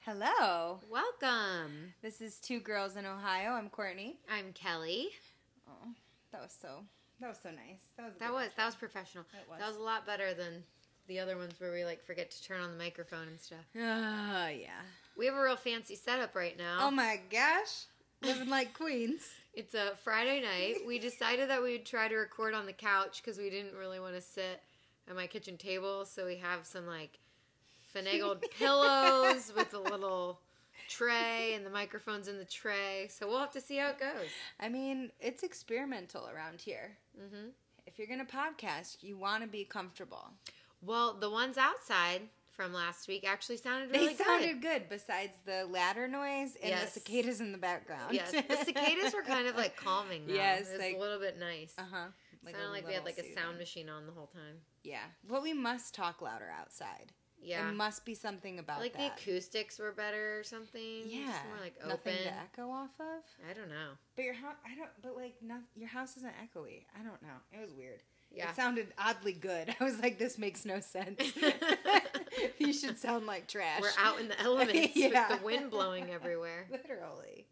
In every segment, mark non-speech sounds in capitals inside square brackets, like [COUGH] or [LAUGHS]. Hello. Welcome. This is Two Girls in Ohio. I'm Courtney. I'm Kelly. Oh, that was so that was so nice. That was a That good was intro. that was professional. It was. That was a lot better than the other ones where we like forget to turn on the microphone and stuff. Oh yeah. We have a real fancy setup right now. Oh my gosh. Living like queens. It's a Friday night. We decided that we would try to record on the couch because we didn't really want to sit at my kitchen table. So we have some like finagled [LAUGHS] pillows with a little tray and the microphones in the tray. So we'll have to see how it goes. I mean, it's experimental around here. hmm If you're gonna podcast, you want to be comfortable. Well, the ones outside from last week actually sounded They really sounded good. Besides the ladder noise and Yes. the cicadas in the good. background. [LAUGHS] Yes, the [LAUGHS] cicadas were kind of like calming. Though. Yes, it was like- a little bit nice. Uh huh. sounded like we had like a sound machine on the whole time. Yeah, but we must talk louder outside. Yeah, It must be something about like that. the acoustics were better or something. yeah, just more like nothing open. to echo off of. I don't know. But your house, I don't. But like, not, your house isn't echoey. I don't know. It was weird. Yeah, It sounded oddly good. [LAUGHS] I was like, this makes no [LAUGHS] sense. you should sound like trash. we're out in the elements Yeah. with the wind blowing everywhere. [LAUGHS] literally.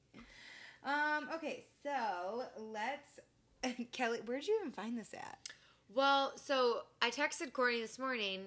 Um. Okay. So let's. [LAUGHS] Kelly, where'd you even find this at? Well, so I texted Courtney this morning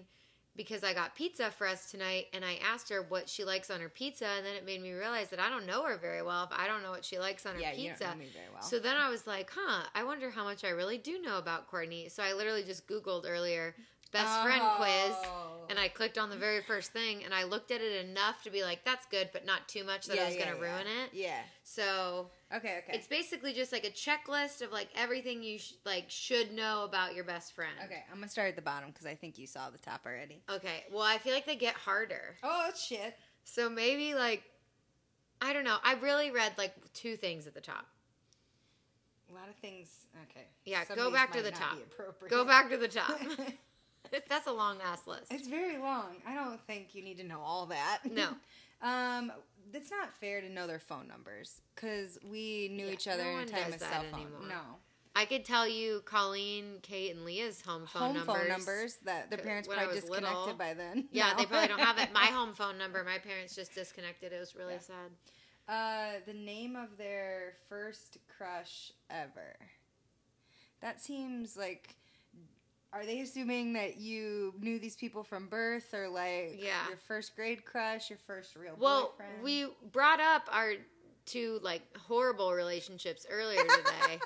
because I got pizza for us tonight and I asked her what she likes on her pizza and then it made me realize that I don't know her very well if I don't know what she likes on her yeah, you pizza. don't know me very well. So then I was like, huh, I wonder how much I really do know about Courtney. So I literally just Googled earlier best friend quiz Oh. and I clicked on the very first thing and I looked at it enough to be like, that's good, but not too much that I was going to yeah. ruin it. Yeah. So Okay. Okay. it's basically just like a checklist of like everything you sh- like should know about your best friend. Okay, I'm gonna start at the bottom because I think you saw the top already. Okay. Well, I feel like they get harder. Oh shit! So maybe like I don't know. I really read like two things at the top. A lot of things. Okay. Yeah, Some go of these back to might the not top. be appropriate. [LAUGHS] Go back to the top. [LAUGHS] That's a long ass list. it's very long. I don't think you need to know all that. No. [LAUGHS] um, it's not fair to know their phone numbers because we knew Yeah, each other no in a one time does of that cell phone. anymore. No I could tell you Colleen, Kate, and Leah's home phone home numbers. Uh, phone numbers that their parents When I probably was disconnected little. by then. Yeah, No. they probably don't have it. [LAUGHS] My home phone number. My parents just disconnected. It was really Yeah. sad. Uh, the name of their first crush ever. That seems like. Are they assuming that you knew these people from birth, or like Yeah. your first grade crush, your first real Well, boyfriend? we brought up our two like horrible relationships [LAUGHS] earlier today,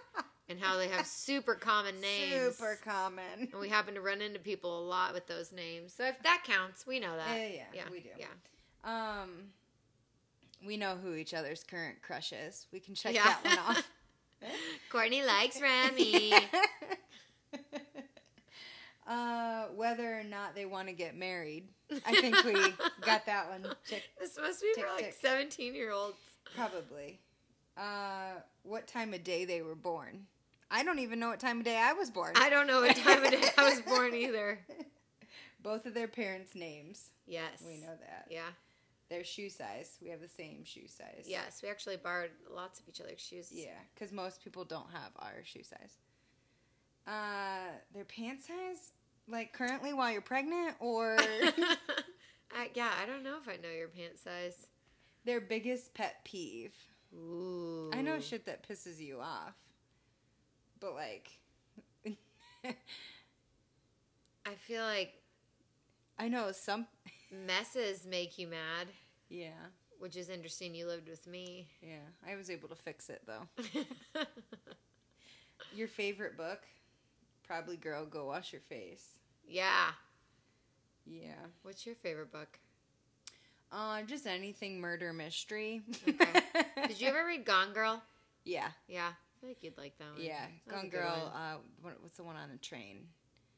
and how they have super common names. super common. And we happen to run into people a lot with those names. So if that counts, we know [LAUGHS] yeah, that. yeah, yeah, Eh, we do. Yeah. Um, we know who each other's current crush is. We can check Yeah. that one off. [LAUGHS] Courtney [LAUGHS] likes Remy. uh, whether or not they want to get married, I think we [LAUGHS] got that one checked. This must be Tick, for like tick. 17 year olds. Probably. Uh, what time of day they were born? I don't even know what time of day I was born. I don't know what time of day I was born either. [LAUGHS] Both of their parents' names. Yes. We know that. Yeah. Their shoe size. We have the same shoe size. Yes. We actually borrowed lots of each other's shoes. Yeah, [LAUGHS] because most people don't have our shoe size. Uh, their pant size, like currently while you're pregnant, [LAUGHS] or [LAUGHS] I, yeah, I don't know if I know your pant size. their biggest pet peeve. Ooh. I know shit that pisses you off, but like, I feel like I know some. messes make you mad, Yeah, which is interesting. You lived with me. [LAUGHS] yeah. I was able to fix it though. Your favorite book? Probably Girl Go Wash Your Face. yeah. Yeah. What's your favorite book? Uh, just anything murder mystery. Okay. [LAUGHS] Did you ever read Gone Girl? Yeah, Yeah. I feel like you'd like Oh, that one. yeah. That was a Gone good Girl. one. Uh, what, what's the one on the train?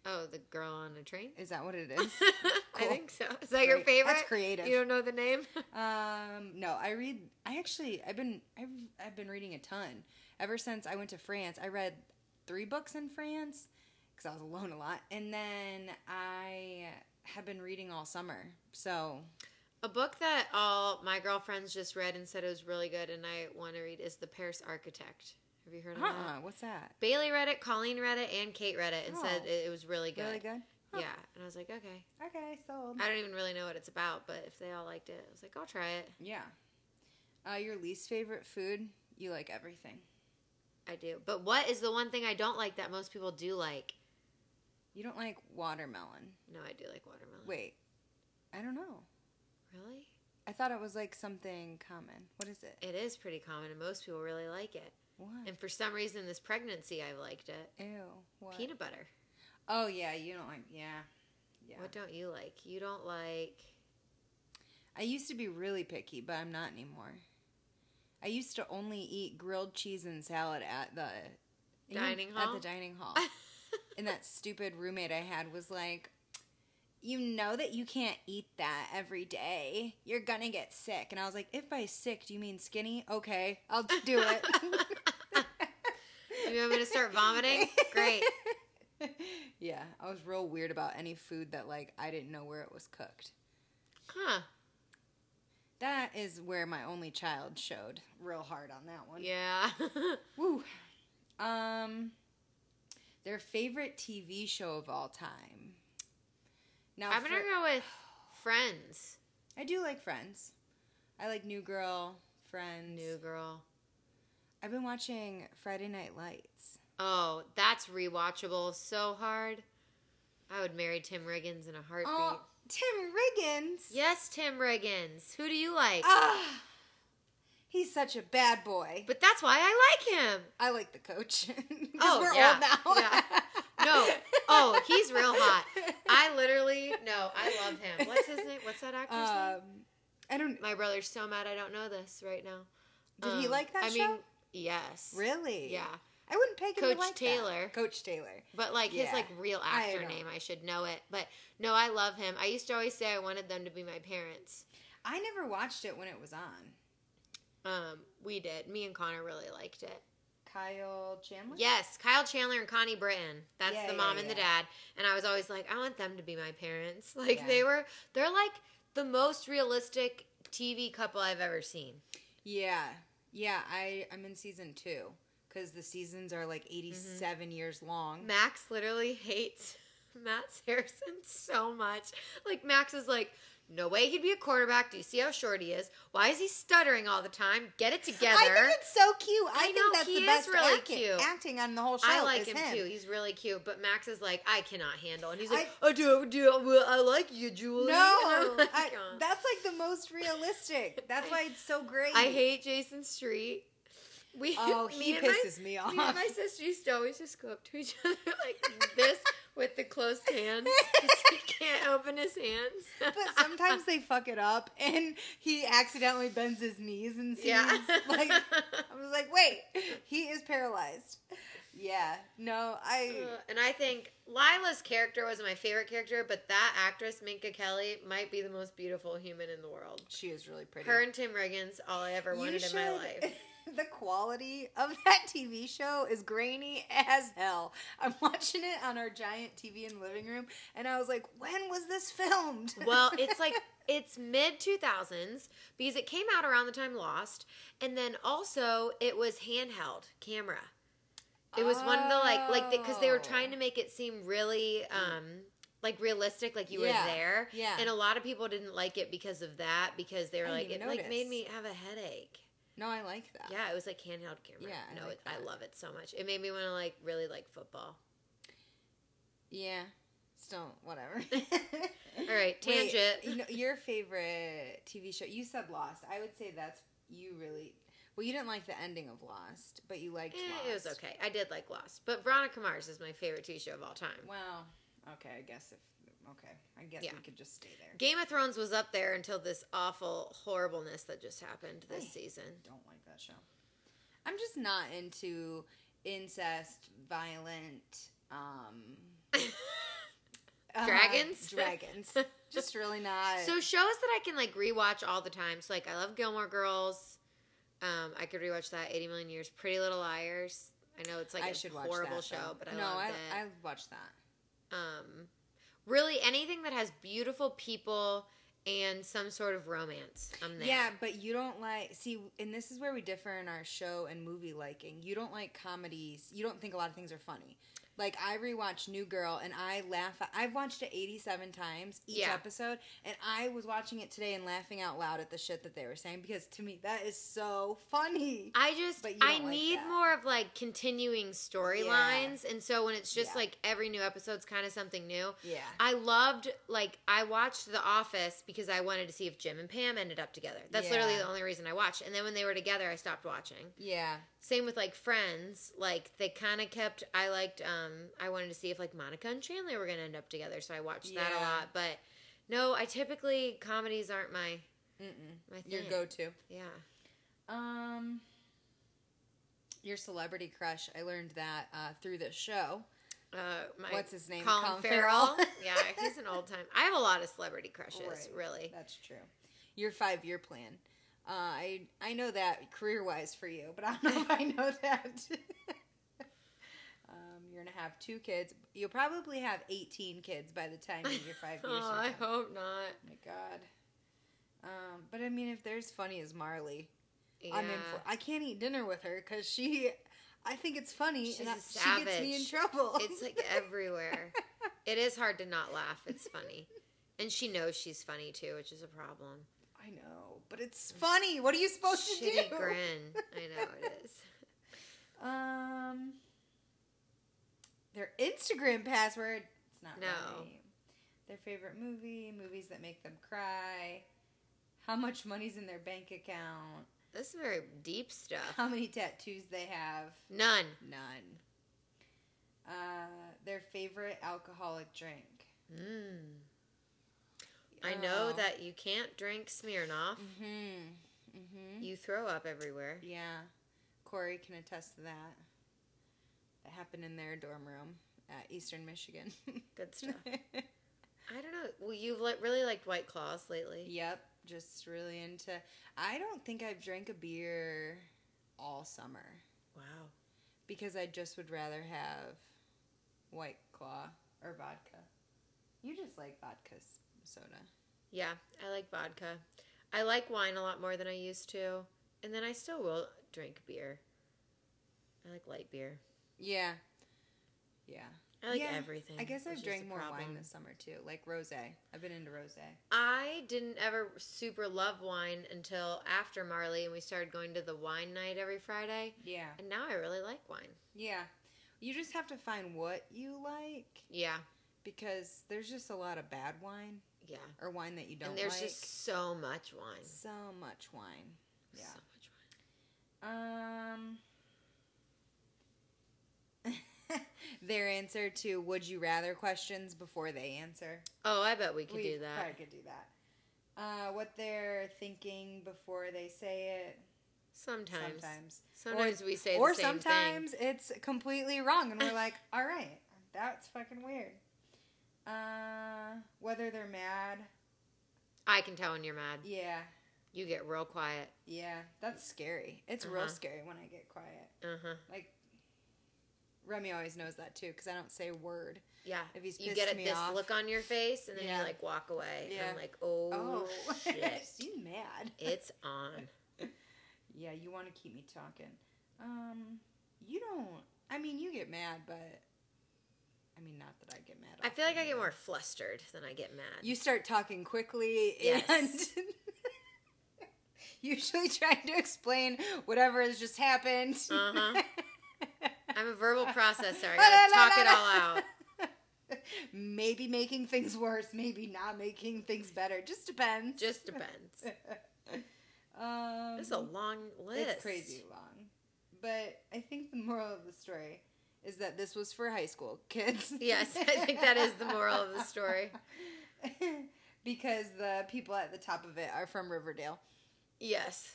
Oh, the girl on a train? Is that what it is? [LAUGHS] I Cool. think so. Is that your Great. favorite? That's creative. You don't know the name? um, no, I read. I actually, I've been, I've, I've been reading a ton ever since I went to France. I read three books in France because I was alone a lot, and then I have been reading all summer. So A book that all my girlfriends just read and said it was really good and I want to read is The Paris Architect. Have you heard of uh-uh, that? what's that? Bailey read it, Colleen read it, and Kate read it and said Oh. it, it was really good. Really good. Huh. Yeah. And I was like, okay. Okay, sold. I don't even really know what it's about, but if they all liked it, I was like, I'll try it. Yeah. Uh, your least favorite food? You like everything. I do. But what is the one thing I don't like that most people do like? You don't like watermelon. No, I do like watermelon. Wait, I don't know. Really? I thought it was like something common. What is it? It is pretty common, and most people really like it. What? And for some reason, this pregnancy, I've liked it. Ew. What? Peanut butter. Oh yeah, you don't like. Yeah. Yeah. What don't you like? You don't like. I used to be really picky, but I'm not anymore. I used to only eat grilled cheese and salad at the Dining at hall? the dining [LAUGHS] hall. and that stupid roommate I had was like, "You know that you can't eat that every day. You're gonna get sick." And I was like, "If by sick do you mean skinny? Okay, I'll do [LAUGHS] it." [LAUGHS] you want me to start vomiting? Great. yeah, I was real weird about any food that like I didn't know where it was cooked. Huh. That is where my only child showed real hard on that one. Yeah. [LAUGHS] Woo. Um, their favorite TV show of all time. Now, I'm going to for- go with Friends. I do like Friends. I like New Girl, Friends. New Girl. I've been watching Friday Night Lights. Oh, that's rewatchable so hard. I would marry Tim Riggins in a heartbeat. Oh, Tim Riggins. Yes, Tim Riggins. Who do you like? Ah, he's such a bad boy. but that's why I [LAUGHS] like him. I like the coach. [LAUGHS] 'Cause Oh, we're yeah, old now. yeah. No. Oh, he's real [LAUGHS] hot. I literally no, I love him. What's his name? What's that actor's name? Um, I don't. My brother's so mad I don't know this right now. Did he Um, like that I show? mean, yes. really? Yeah. I wouldn't peg him to Coach like that. Taylor. Coach Taylor. But like his Yeah. like real I actor don't- name, I should know it. But no, I love him. I used to always say I wanted them to be my parents. I never watched it when it was on. Um, we did. Me and Connor really liked it. Kyle Chandler. Yes, Kyle Chandler and Connie Britton. That's Yeah, the yeah, mom and the yeah. dad. And I was always like, I want them to be my parents. [LAUGHS] Like Yeah. they were they're like the most realistic TV couple I've ever seen. Yeah, yeah. I I'm in season two because the seasons are Mm-hmm. like 87 years long. Max literally hates [LAUGHS] Matt Saracen so much. Like Max is like, no way he'd be a quarterback. Do you see how short he is? Why is he stuttering all the time? Get it together. I think it's so cute. I, I think know, that's he the is best really acting, cute. acting on the whole show. I like is him, too. He's really cute. But Max is like, I cannot handle. And he's I- like, I, do, do, I like you, [LAUGHS] Julie. No, And I'm like, I- "Aw." that's like the most realistic. That's why it's so great. I hate Jason Street. We, [LAUGHS] Oh, he me and my- pisses me off. me and my sister used to always just go up to each [LAUGHS] other [LAUGHS] like this with the closed hands. 'cause he can't open his hands. [LAUGHS] [LAUGHS] but sometimes they fuck it up, and he accidentally bends his knees and scenes. yeah, [LAUGHS] [LAUGHS] Like I was like, wait, he is paralyzed. Yeah. No, I. Uh, and I think Lila's character was my favorite character, but that actress Minka Kelly might be the most beautiful human in the world. She is really pretty. Her and Tim Riggins, all I ever You wanted in my should- life. [LAUGHS] The quality of [LAUGHS] that TV show is grainy as hell. I'm watching it on our giant TV in the living room, and I was like, when was this filmed? [LAUGHS] Well, it's like it's mid 2000s because it came out around the time Lost, and then also it was handheld camera. It was one of the like like because they were trying Oh. to make it seem really um like realistic, like you Yeah, were there. yeah. And a lot of people didn't like it because of that because they were I like didn't it even like made notice. me have a headache. No, I like that. Yeah, it was like handheld camera. Yeah, I no, like it, I that. love it so much. It made me want to like really like football. Yeah. Still, whatever. [LAUGHS] All [LAUGHS] right, Wait, tangent. you know, your favorite TV show? You said Lost. I would say that's you really. Well, you didn't like the ending of Lost, but you liked Eh, Lost. it was okay. I did like Lost, but Veronica Mars is my favorite TV show of all time. Well, okay. I guess if okay, I guess Yeah. we could just stay there. Game of Thrones was up there until this awful horribleness that just happened this Hey. season. Don't like that show. I'm just not into incest, violent, um, uh, [LAUGHS] Dragons? dragons. just [LAUGHS] really not. so shows that I can like rewatch all the time. So like I love Gilmore Girls. Um, I could rewatch that 80 million years. Pretty Little Liars. I know it's like a I should watch horrible that, show, though. but I no, loved I it. I watched that. um, really anything that has beautiful people and some sort of romance. I'm there. Yeah, but you don't like see, and this is where we differ in our show and movie liking. You don't like comedies. You don't think a lot of things are funny. Like I rewatched New Girl and I laugh. I've watched it 87 times each Yeah. episode, and I was watching it today and laughing out loud at the shit that they were saying because to me that is so funny. I just But you I don't like need that. more of like continuing storylines, and so when it's just Yeah. like every new episode's kind of something new. Yeah, I loved like I watched The Office because I wanted to see if Jim and Pam ended up together. That's literally Yeah. the only reason I watched. And then when they were together, I stopped watching. yeah, Same with like Friends. Like they kind of kept. I liked. Um, I wanted to see if like Monica and Chandler were gonna end up together, so I watched that a Yeah. lot. But no, I typically comedies aren't my Mm-mm. my thing. your go-to. yeah. Um, your celebrity crush. I learned that uh, through this show. Uh, my What's his name? Colin, Colin Farrell. Farrell. [LAUGHS] [LAUGHS] yeah, he's an old time. I have a lot of celebrity crushes, Right. really. That's true. Your five-year plan. Uh, I I know that career-wise for you, but I don't know if I know [LAUGHS] that. um, you're gonna have two kids. You'll probably have 18 kids by the time you're [LAUGHS] five years. oh, are I done. hope not. Oh my god. Um, but I mean, if there's funny as Marley, Yeah. I'm in for. I can't eat dinner with her because she. I think it's funny, She's and a I- she gets me in savage. trouble. It's like everywhere. it is hard to not laugh. It's funny. And she knows she's funny too, which is a problem. [LAUGHS] I know, but it's funny. What are you supposed Shitty to do? grin. I know it [LAUGHS] is. Um, their Instagram password. It's not No. right. Their favorite movie, movies that make them cry, how much money's in their bank account, This is very deep stuff. how many tattoos they have. None. None. Uh, their favorite alcoholic drink. Mm. I know Oh. that you can't drink Smirnoff. Mhm. Mhm. You throw up everywhere. Yeah, Corey can attest to that. That happened in their dorm room at Eastern Michigan. Good [LAUGHS] stuff. I don't know. Well, you've li- really liked White Claws lately. Yep, just really into. I don't think I've drank a beer all summer Wow. because I just would rather have White Claw or vodka. You just like vodka s- soda. Yeah, I like vodka. I like wine a lot more than I used to. And then I still will drink beer. I like light beer. Yeah, yeah. I like Yeah, everything. I guess which I've is drank the more problem. wine this summer too, like rosé. I've been into rosé. I didn't ever super love wine until after Marley and we started going to the wine night every Friday. Yeah, And now I really like wine. yeah. You just have to find what you like Yeah. because there's just a lot of bad wine Yeah. or wine that you don't and there's like. just so much wine. so much wine. Yeah. So much wine. Um, [LAUGHS] their answer to "Would you rather" questions before they answer. Oh, I bet we could Probably do that. could do that. Uh, what they're thinking before they say it. Sometimes. Sometimes, Sometimes we say or the same sometimes it's completely wrong, [LAUGHS] and we're like, "All right, that's fucking weird." Uh, whether they're mad. thing. I can tell when you're mad. Yeah, You get real quiet. yeah, that's scary. It's Uh-huh. real scary when I get quiet. Uh huh. Like Remy always knows that too, because I don't say a word. Yeah. If he's you pissed get a, me this off. look on your face, and then Yeah. you like walk away. And Yeah. I'm like, oh, Oh, [LAUGHS] shit, [LAUGHS] she's mad. it's on. yeah, you want to keep me talking. Um, you don't. I mean, you get mad, but I mean, not that I get mad. I feel like often I get either. more flustered than I get mad. You start talking quickly Yes. and [LAUGHS] usually trying to explain whatever has just happened. [LAUGHS] Uh-huh. I'm a [LAUGHS] verbal processor. I gotta talk it all out. [LAUGHS] Maybe making things worse, maybe not making things better. Just depends. [LAUGHS] Just depends. [LAUGHS] um, It's a long list. it's crazy long. But I think the moral of the story is that this was for high school kids. Yes, I think that is the moral of the story. [LAUGHS] because the people at the top of it are from Riverdale. Yes.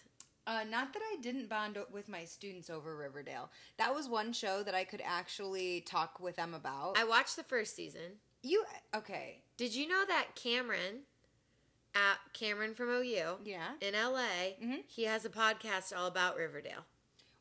Uh, not that I didn't bond o- with my students over Riverdale. That was one show that I could actually talk with them about. I watched the first season. you okay? Did you know that Cameron, at Cameron from OU Yeah, in LA, Mhm. he has a podcast all about Riverdale.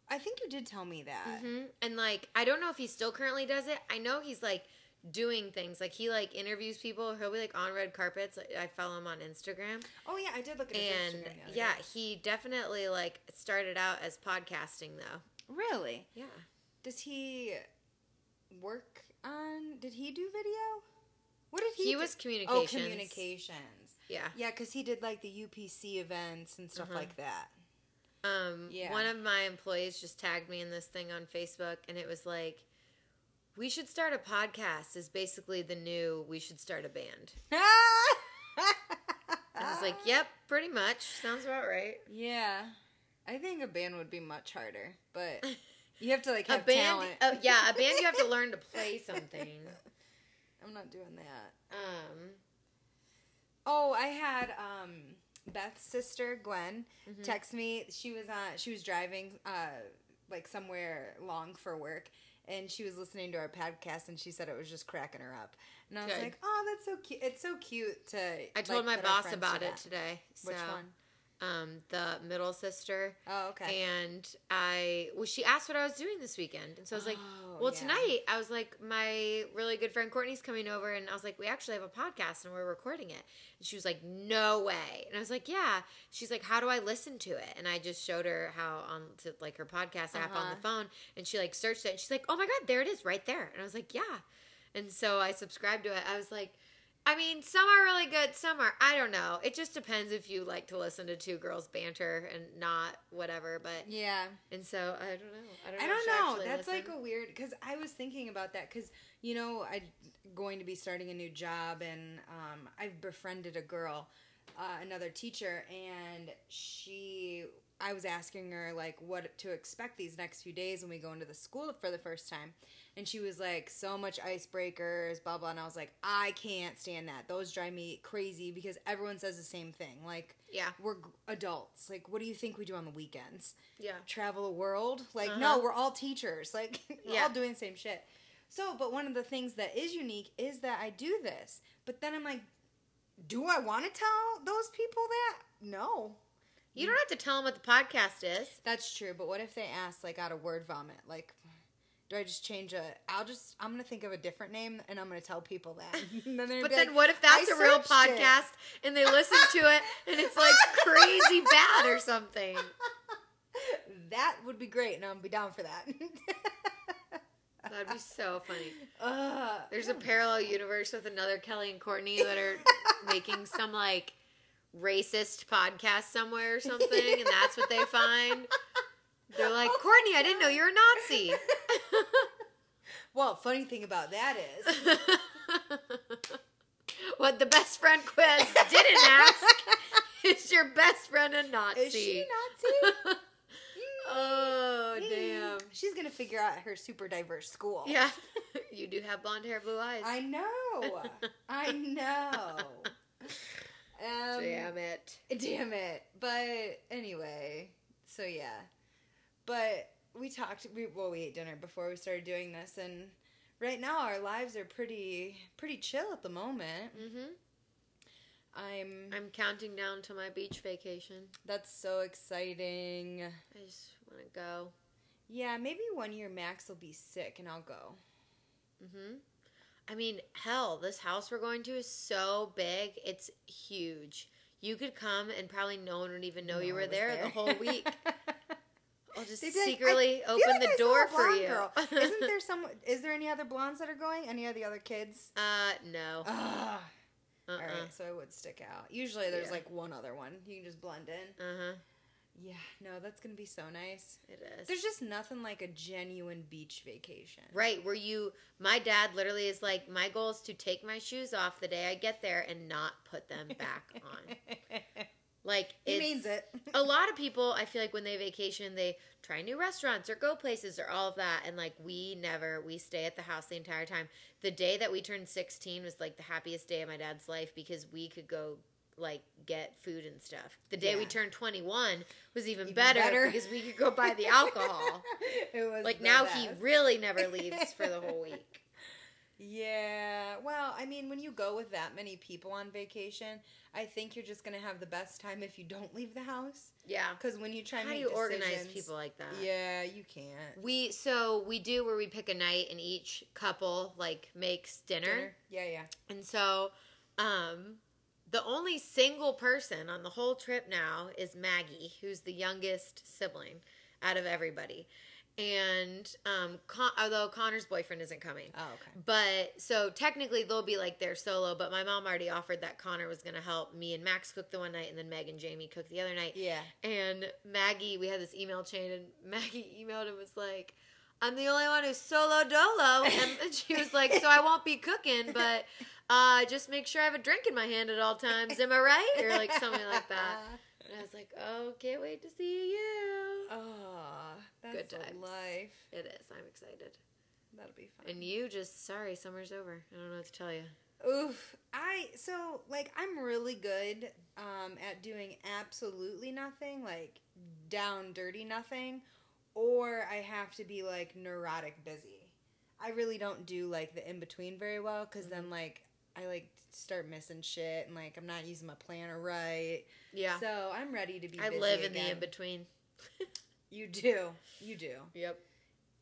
I think you did tell me that. hmm And like, I don't know if he still currently does it. I know he's like doing things. Like he like interviews people. He'll be like on red carpets. Like, I follow him on Instagram. Oh yeah, I did look at his And Instagram the other yeah, day. he definitely like started out as podcasting though. really. Yeah. Does he work on? Did he do video? What did he? He do? was oh communications. communications. Yeah. Yeah, because he did like the UPC events and stuff Mhm. like that. Um, Yeah. One of my employees just tagged me in this thing on Facebook, and it was like, "We should start a podcast." Is basically the new "We should start a band." And I [LAUGHS] Ah. was like, "Yep, pretty much. Sounds about right." Yeah, I think a band would be much harder, [LAUGHS] but you have to like A have band, talent. oh yeah, a band. You [LAUGHS] have to learn to play something. I'm not doing that. Um, Oh, I had um, Beth's sister Gwen Mhm. text me. She was on. She was driving uh, like somewhere long for work, and she was listening to our podcast, and she said it was just cracking her up. And I was Good. like, "Oh, that's so cute! It's so cute to." I like, told my put our boss friends about to it that. today. So, Which one? Um, the middle sister. Oh, okay. And I, well, she asked what I was doing this weekend. And so I was like, Oh, well, yeah. tonight I was like, my really good friend Courtney's coming over. And I was like, we actually have a podcast and we're recording it. And she was like, no way. And I was like, yeah. She's like, how do I listen to it? And I just showed her how on to like her podcast app on Uh-huh. the phone. And she like searched it and she's like, oh my God, there it is right there. And I was like, yeah. And so I subscribed to it. I was like, I mean, some are really good, some are. I don't know. It just depends if you like to listen to two girls banter and not whatever. But Yeah. and so I don't know. I I don't know. if don't I know. actually That's listen. like a weird because I was thinking about that because you know I'm going to be starting a new job and um, I've befriended a girl, uh, another teacher, and she. I was asking her like what to expect these next few days when we go into the school for the first time, and she was like, "So much icebreakers, blah blah," and I was like, "I can't stand that. Those drive me crazy because everyone says the same thing. Like yeah, we're g- adults. Like what do you think we do on the weekends?" yeah. travel the world. Like, Uh-huh. no, we're all teachers. [LAUGHS] Like, we're Yeah. all doing the same shit. So, but one of the things that is unique is that I do this. But then I'm like, do I want to tell those people that? No. You don't have to tell them what the podcast is. That's true. But what if they ask, like, out of word vomit? Like, do I just change a? I'll just. I'm gonna think of a different name, and I'm gonna tell people that. [LAUGHS] And then they'd But be then like, what if that's "I a real searched it." podcast and they listen to it and it's [LAUGHS] like crazy bad or something? That would be great, and I'd be down for [LAUGHS] that. That'd be so funny. Ugh. [LAUGHS] There's a parallel universe with another Kelly and Courtney that are making some like racist podcast somewhere or something, and that's what they find. They're like, Oh my Courtney, I didn't know you're a Nazi. [LAUGHS] well, funny thing about that is, what the best friend quiz didn't ask [LAUGHS] is your best friend a Nazi? Is she Nazi? [LAUGHS] oh, damn. mm. She's gonna figure out her super diverse school. Yeah. [LAUGHS] You do have blonde hair, blue eyes. [LAUGHS] I know. I know. Um, Damn it. [LAUGHS] Damn it. But anyway, so yeah. But we talked. We well, we ate dinner before we started doing this, and right now our lives are pretty pretty chill at the moment. hmm I'm. I'm counting down to my beach vacation. That's so exciting. I just want to go. Yeah, maybe one year Max will be sick and I'll go. hmm I mean, hell, this house we're going to is so big. It's huge. You could come and probably no one would even know No, you I were was there, the whole week. [LAUGHS] I'll just They'd be like, "I secretly feel open like the I saw door a for blonde you. [LAUGHS] girl. Isn't there some? Is there any other blondes that are going? Any of the other kids? uh, no. Ugh. Uh-uh. [LAUGHS] All right, so I would stick out. Usually there's Yeah. like one other one. You can just blend in. Uh-huh. Yeah, no, that's gonna be so nice. It is. There's just nothing like a genuine beach vacation. Right, where you, my dad literally is like, my goal is to take my shoes off the day I get there and not put [LAUGHS] them back on. Like, he it's- means it. a lot of people i feel like when they vacation they try new restaurants or go places or all of that and like we never we stay at the house the entire time the day that we turned 16 was like the happiest day of my dad's life because we could go like get food and stuff the day we Yeah. turned 21 was even, [LAUGHS] Even better, better. because we could go buy [LAUGHS] the alcohol it was like the now he best. really never leaves for [LAUGHS] the whole week Yeah. Well, I mean, when you go with that many people on vacation, I think you're just gonna have the best time if you don't leave the house. yeah Because when you try and how do make you organize decisions- people like that Yeah, you can't. we so we do where we pick a night and each couple like makes dinner. Dinner. Yeah, yeah. And so, um, the only single person on the whole trip now is Maggie, who's the youngest sibling out of everybody. and um, Con- although Connor's boyfriend isn't coming. Oh, okay. But so technically they'll be like their solo, but my mom already offered that Connor was gonna help me and Max cook the one night, and then Meg and Jamie cook the other night. Yeah. And Maggie, we had this email chain, and [LAUGHS] Maggie emailed and was like, I'm the only one who's solo dolo. And [LAUGHS] she was like, So I won't be cooking, but uh, just make sure I have a drink in my hand at all times. Am I right? Or like something like that. [LAUGHS] And I was like, Oh, can't wait to see you. Oh, that's Good the times. life. It is. I'm excited. That'll be fun. And you just, sorry, summer's over. I don't know what to tell you. Oof. I so like I'm really good um at doing absolutely nothing, like down dirty nothing, or I have to be like neurotic busy. I really don't do like the in between very well because Mm-hmm. then like I like start missing shit and like I'm not using my planner right. Yeah. So I'm ready to be. I busy live in the again. in between. You do. You do. Yep.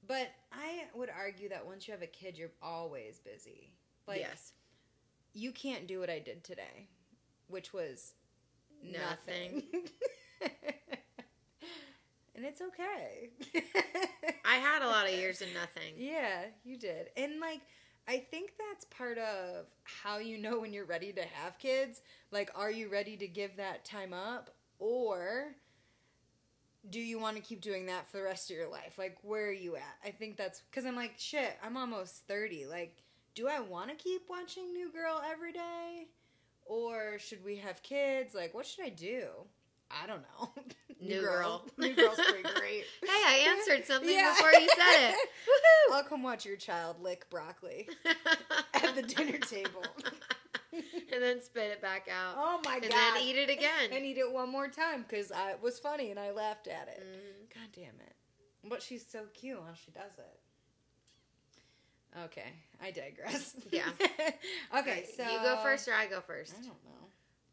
But I would argue that once you have a kid, you're always busy. Like yes. you can't do what I did today, which was nothing. Nothing. [LAUGHS] and it's okay. [LAUGHS] I had a lot of years and nothing. yeah, you did. And like I think that's part of how you know when you're ready to have kids. Like are you ready to give that time up or do you want to keep doing that for the rest of your life? Like where are you at? I think that's cuz I'm like shit, I'm almost 30. Like do I want to keep watching New Girl every day? Or should we have kids? Like, what should I do? I don't know. [LAUGHS] New Girl. New Girl's pretty great. [LAUGHS] Hey, I answered something Yeah. before you [LAUGHS] said it. Woohoo! I'll come watch your child lick broccoli at [LAUGHS] the dinner table. and then spit it back out. [LAUGHS] Oh my and god! then eat it again. and eat it one more time because it was funny and I laughed at it. Mhm. God damn it! But she's so cute while she does it. Okay, I digress. Yeah. [LAUGHS] okay, so you go first or I go first? I don't know.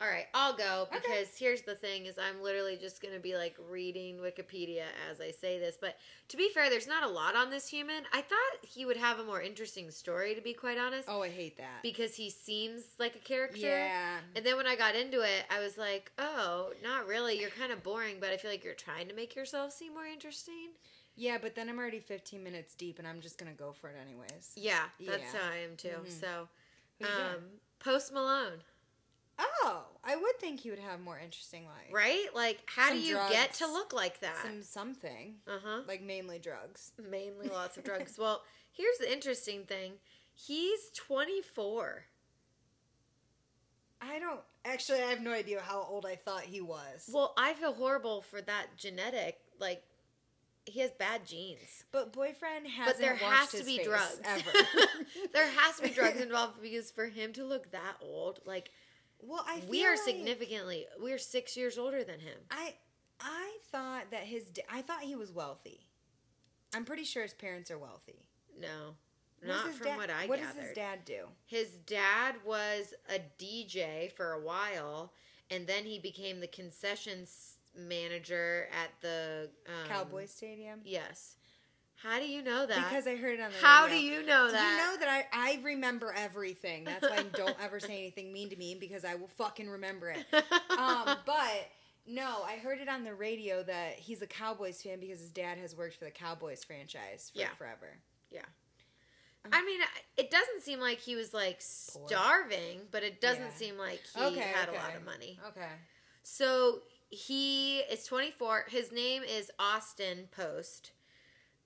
All right, I'll go Okay. because here's the thing is I'm literally just going to be like reading Wikipedia as I say this, but to be fair, there's not a lot on this human. I thought he would have a more interesting story to be quite honest Oh, I hate that. because he seems like a character. yeah. And then when I got into it, I was like, "Oh, not really. You're kind of boring, but I feel like you're trying to make yourself seem more interesting." Yeah, but then I'm already 15 minutes deep and I'm just gonna go for it anyways. Yeah, Mm-hmm. that's Yeah. how I am too. Mhm. So, Who you um, doing? Post Malone, oh, I would think he would have more interesting life. right? Like, how Some do you get drugs. to look like that? Some something Uh huh. like mainly drugs. Mainly lots of [LAUGHS] drugs. well, here's the interesting thing. He's 24. I don't actually. I have no idea how old I thought he was. Well, I feel horrible for that genetic. Like, he has bad genes. but boyfriend hasn't. But there washed has to his be face drugs. ever. [LAUGHS] there has to be [LAUGHS] drugs involved because for him to look that old, like well, I we feel are like significantly, we are six years older than him. I I thought that his. da- I thought he was wealthy. I'm pretty sure his parents are wealthy. No, What does not his from dad- what I What gathered. does his dad do? His dad was a DJ for a while, and then he became the concessions manager at the um, Cowboy Stadium. Yes. How do you know that? Because I heard it on the how do radio. you know that? You [LAUGHS] know that I, I remember everything. That's why don't ever [LAUGHS] say anything mean to me because I will fucking remember it. um, but no, I heard it on the radio that he's a Cowboys fan because his dad has worked for the Cowboys franchise for Yeah. forever. I mean, I- it doesn't seem like he was like Poor. starving, but it doesn't Yeah. seem like he Okay, had okay. a lot of money. Okay. So he is 24. His name is Austin Post.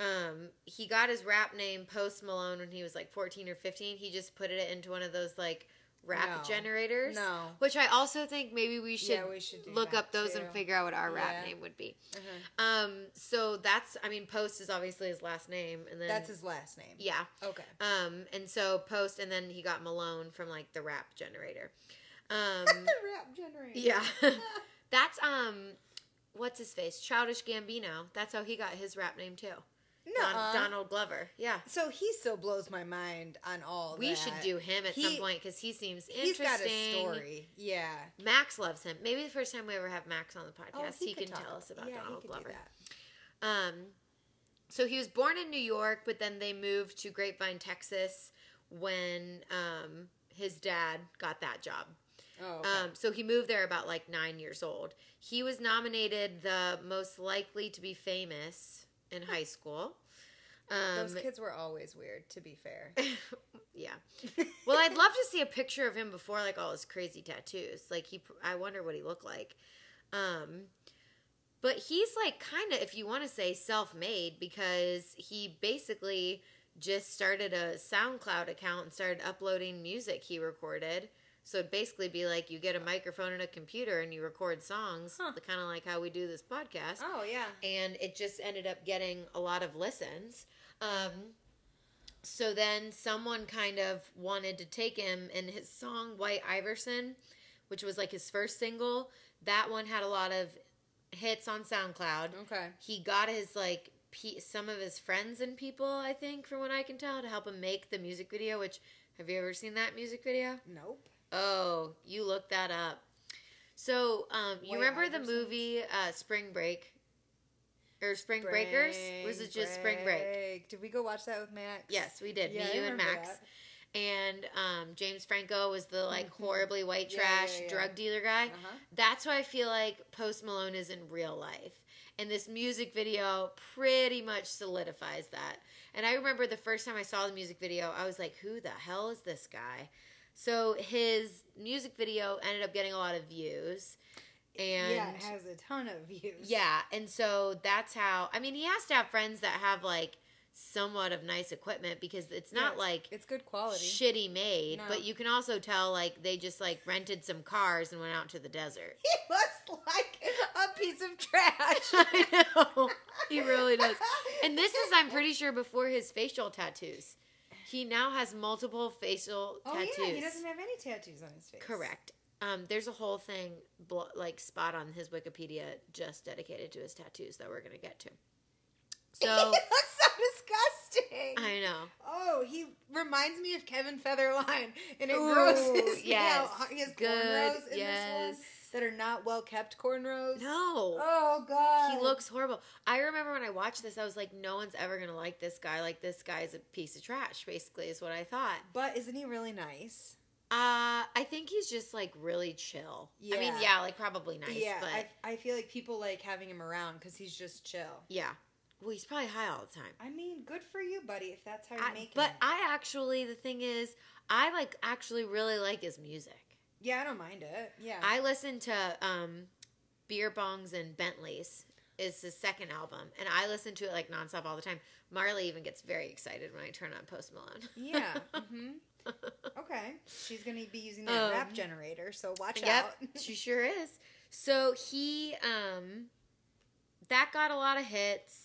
Um, he got his rap name Post Malone when he was like 14 or 15. He just put it into one of those like rap No. generators. No. Which I also think maybe we should, we should do look that up those and too. figure out what our rap Yeah. name would be. Uh-huh. Um, so that's, I mean, Post is obviously his last name, and then That's his last name. yeah. Okay. Um, and so Post, and then he got Malone from like the rap generator. [LAUGHS] Um, The rap generator. [LAUGHS] yeah, that's um, what's his face? Childish Gambino. That's how he got his rap name too. Don- Nuh-uh. Donald Glover. Yeah, So he still blows my mind on all. we that. should do him at He- some point because he seems He's interesting. got a story. Yeah. Max loves him. Maybe the first time we ever have Max on the Oh, podcast, he, could can talk tell us about yeah, he Donald could do Glover. that. Um, so he was born in New York, but then they moved to Grapevine, Texas, when um, his dad got that job. Oh. okay. Um, so he moved there about like nine years old. He was nominated the most likely to be famous in high school. Um, Those kids were always weird, to be fair. yeah. [LAUGHS] [LAUGHS] Well, I'd love to see a picture of him before like all his crazy tattoos. Like he, pr- I wonder what he looked like. Um, but he's like kind of, if you want to say, self-made because he basically just started a SoundCloud account and started uploading music he recorded. So it'd basically be like you get a microphone and a computer and you record songs, Huh. kind of like how we do this podcast oh yeah. and it just ended up getting a lot of listens. Um, so then someone kind of wanted to take him, and his song White Iverson, which was like his first single, that one had a lot of hits on SoundCloud. Okay. He got his like pe- some of his friends and people, I think, from what I can tell, to help him make the music video. Which have you ever seen that music video? Nope. Oh, you looked that up. So, um, you White remember Iversons? the movie uh, Spring Break? Or Spring Breakers? Was it just Spring Break? Did we go watch that with Max? Yes, we did. I Me, you, and remember Max. that. And um, James Franco was the like [LAUGHS] Mhm. horribly white Yeah, yeah, trash yeah. drug dealer guy. Uh-huh. That's why I feel like Post Malone is in real life. And this music video pretty much solidifies that. And I remember the first time I saw the music video, I was like, who the hell is this guy? So his music video ended up getting a lot of views. And yeah, it has a ton of views. yeah, and so that's how I mean, he has to have friends that have like somewhat of nice equipment because it's Yeah, not like it's good quality. shitty made, No. but you can also tell like they just like rented some cars and went out to the desert. [LAUGHS] He looks like a piece of trash. [LAUGHS] I know. He really does. And this is, I'm pretty sure, before his facial tattoos. He now has multiple facial [LAUGHS] oh tattoos. yeah, he doesn't have any tattoos on his face. Correct. Um, there's a whole thing, blo- like spot on his Wikipedia, just dedicated to his tattoos that we're gonna get to. So [LAUGHS] [LAUGHS] he looks so disgusting. I know. oh, he reminds me of Kevin Featherline, and it Ooh, grosses me yes. out. He has Good, cornrows in this yes. one that are not well kept cornrows. No. Oh god, He looks horrible. I remember when I watched this, I was like, no one's ever gonna like this guy. Like this guy is a piece of trash. Basically, is what I thought. But isn't he really nice? Uh, I think he's just like really chill. I mean, Yeah. yeah, like probably nice, yeah, but I, I feel like people like having him around because he's just chill. yeah. Well, he's probably high all the time. I mean, good for you, buddy, if that's how you I- make it. but I actually, the thing is, I like actually really like his music. yeah, I don't mind it. Yeah, I listened to um, Beer Bongs and Bentleys is his second album, and I listen to it like nonstop all the time. Marley even gets very excited when I turn on Post Malone. yeah. [LAUGHS] hmm Okay, she's gonna be using that Um, rap generator, so watch out. [LAUGHS] Yep, she sure is. So he, um, that got a lot of hits.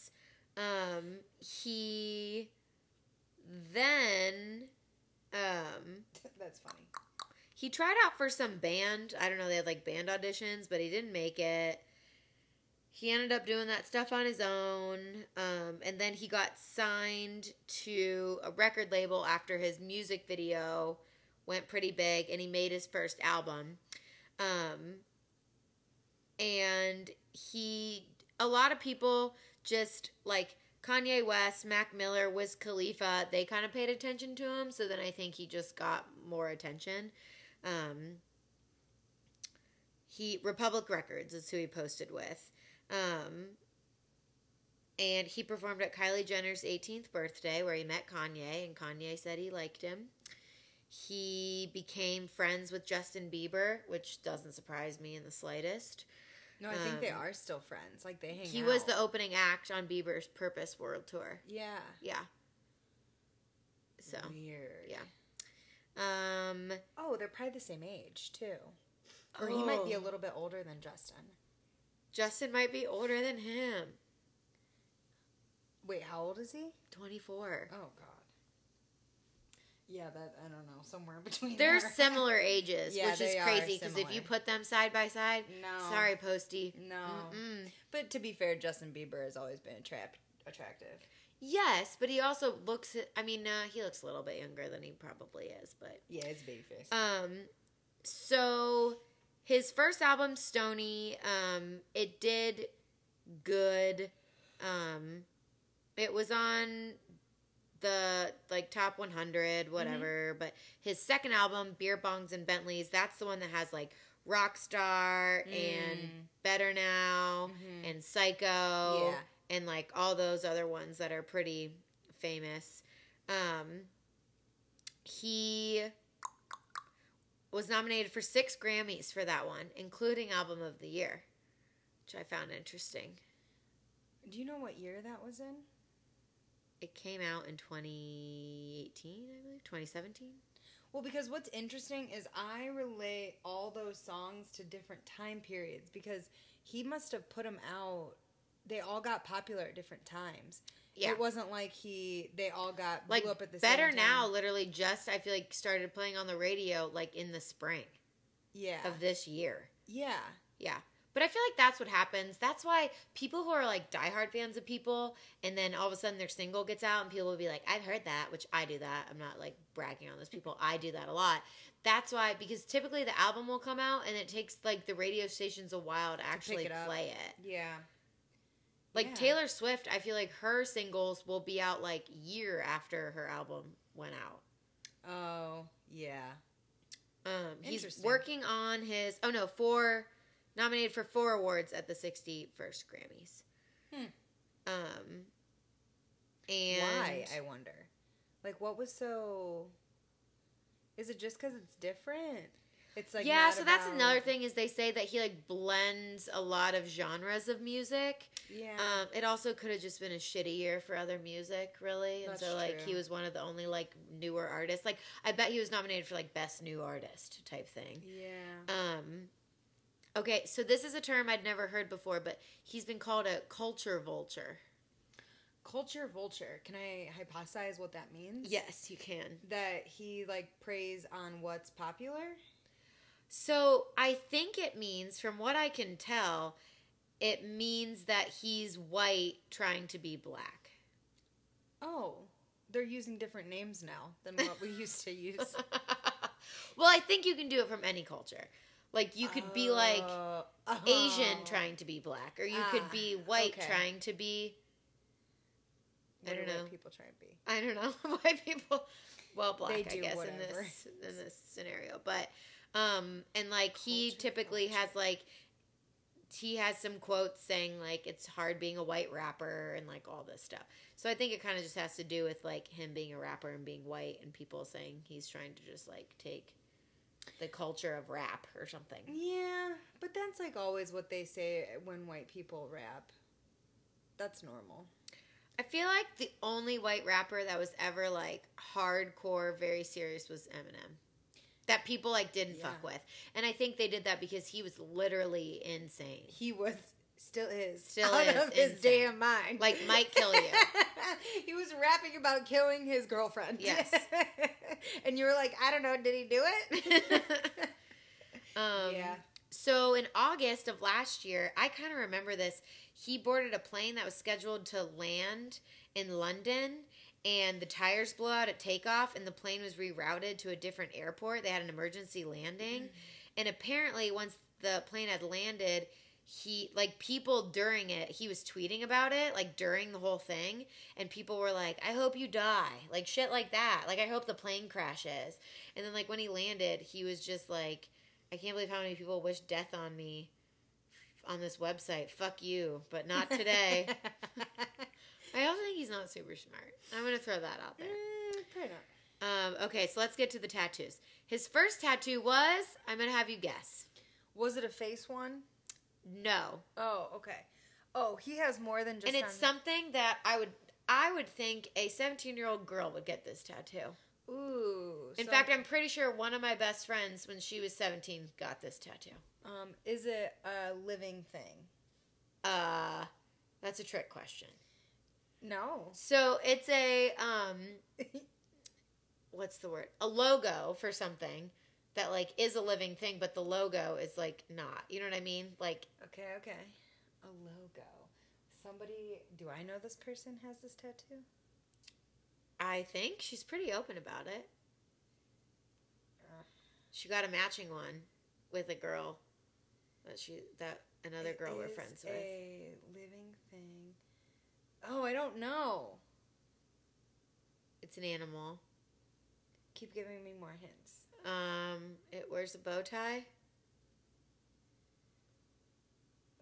Um, he then, um, that's funny. he tried out for some band. I don't know, they had like band auditions, but he didn't make it. He ended up doing that stuff on his own. Um, and then he got signed to a record label after his music video went pretty big and he made his first album. Um, and he, a lot of people just like Kanye West, Mac Miller, Wiz Khalifa, they kind of paid attention to him. So then I think he just got more attention. Um, he Republic Records is who he posted with. Um, and he performed at Kylie Jenner's 18th birthday where he met Kanye and Kanye said he liked him. He became friends with Justin Bieber, which doesn't surprise me in the slightest. No, I think they Um, are still friends. Like they hang. He was out. the opening act on Bieber's Purpose World Tour. yeah. Yeah. So, weird. yeah. um Oh, they're probably the same age too, or he might be a oh, little bit older than Justin. Justin might be older than him. Wait, how old is he? 24. Oh God. Yeah, that I don't know. Somewhere [LAUGHS] in between. They're there. similar ages, Yeah, which is they are crazy because if similar. you put them side by side, No. sorry, Posty. No. Mm-mm. But to be fair, Justin Bieber has always been attract attractive. Yes, but he also looks. I mean, uh, he looks a little bit younger than he probably is, but Yeah, it's baby face. Um, so his first album, Stony, um, it did good. Um, it was on the like top 100, whatever. But his second album, Beer Bongs and Bentleys, that's the one that has like Rockstar Uh, and Mm-hmm. Mm. Better Now Mhm. and Psycho Yeah. and like all those other ones that are pretty famous. Um, he was nominated for six Grammys for that one, including Album of the Year, which I found interesting. Do you know what year that was in? It came out in 2018, I believe, 2017. Well, because what's interesting is I relate all those songs to different time periods because he must have put them out. They all got popular at different times. Yeah. It wasn't like he they all got like blew up at the better same time. now literally just i feel like started playing on the radio like in the spring Yeah. of this year yeah. yeah but i feel like that's what happens that's why people who are like diehard fans of people and then all of a sudden their single gets out and people will be like i've heard that which i do that i'm not like bragging on those people i do that a lot that's why because typically the album will come out and it takes like the radio stations a while to actually it up. play it Yeah. like Yeah. taylor swift i feel like her singles will be out like year after her album went out Oh, yeah. Um, he's Interesting. working on his. Oh no, four nominated for four awards at the 61st Grammys. Hmm. Um, and Why, I wonder. Like what was so Is it just cuz it's different? It's like yeah, not so that's about- another thing is they say that he like blends a lot of genres of music. Yeah. Um, it also could have just been a shitty year for other music, really. And That's so like true. he was one of the only like newer artists. Like I bet he was nominated for like best new artist type thing. yeah. Um, okay, so this is a term I'd never heard before, but he's been called a culture vulture. Culture vulture. Can I hypothesize what that means? Yes, you can. That he like preys on what's popular? So I think it means, from what I can tell, it means that he's white trying to be black. [LAUGHS] Oh, they're using different names now than what we used to use. well, I think you can do it from any culture. Like [LAUGHS] you could be like Oh, Asian oh. trying to be black, or you Ah, could be white okay. trying to be I What do don't white know. People try to be. I don't know [LAUGHS] why people well black They I do guess in whatever. this in this scenario. But um and like he Culture, typically culture. has like he has some quotes saying like it's hard being a white rapper and like all this stuff. So I think it kind of just has to do with like him being a rapper and being white and people saying he's trying to just like take the culture of rap or something. Yeah, but that's like always what they say when white people rap. That's normal. I feel like the only white rapper that was ever like hardcore, very serious was Eminem. That people like didn't fuck Yeah. with. And I think they did that because he was literally insane. He was still is Still out is of his insane. damn mind. Like might kill you. [LAUGHS] he was rapping about killing his girlfriend. Yes. [LAUGHS] and you were like, I don't know, did he do [LAUGHS] it? [LAUGHS] Um, yeah. So in August of last year, I kind of remember this. He boarded a plane that was scheduled to land in London, and the tires blew out at takeoff, and the plane was rerouted to a different airport. They had an emergency landing, Mm-hmm. and apparently, once the plane had landed, he like people during it. He was tweeting about it like during the whole thing, and people were like, "I hope you die," like shit like that. Like I hope the plane crashes. And then like when he landed, he was just like. I can't believe how many people wish death on me on this website. Fuck you, but not today. I also think he's not super smart. I'm going to throw that out there. Mm, probably not. Um, okay, so let's get to the tattoos. His first tattoo was I'm going to have you guess. Was it a face one? No. Oh, okay. Oh, he has more than just. and it's on- something that I would I would think a 17-year-old girl would get this tattoo. Ooh. In so, fact, I'm pretty sure one of my best friends when she was 17 got this tattoo. um, is it a living thing? Uh that's a trick question. No. So it's a um [LAUGHS] what's the word? A logo for something that like is a living thing, but the logo is like not. You know what I mean? Like Okay. Okay. A logo. Somebody. Do I know this person has this tattoo? I think she's pretty open about it. Uh. She got a matching one with a girl that she that another It girl we're is friends with. A living thing. Oh, I don't know. It's an animal. Keep giving me more hints. Um it wears a bow tie?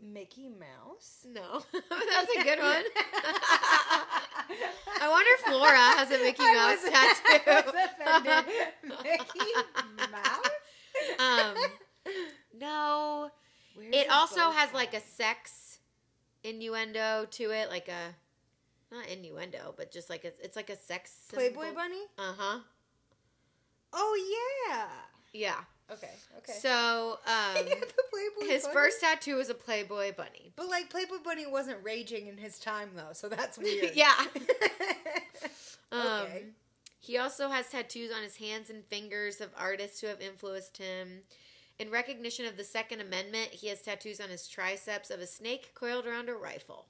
Mickey Mouse. [LAUGHS] [LAUGHS] No. That's a good one. I wonder if Laura has a [LAUGHS] Mickey I was- I Mouse was offended. tattoo. Mickey Mouse? um, [LAUGHS] no, Where's it the also bow has like tie? a sex innuendo to it, like a not innuendo, but just like a, it's like a sex Playboy Bunny? Uh huh. Oh, yeah. Yeah. Okay, okay. So [LAUGHS] um, the Playboy his Bunny? first tattoo was a Playboy bunny. But like Playboy Bunny wasn't raging in his time though, so that's weird. [LAUGHS] yeah. Um, Okay. He also has tattoos on his hands and fingers of artists who have influenced him. In recognition of the Second Amendment, he has tattoos on his triceps of a snake coiled around a rifle.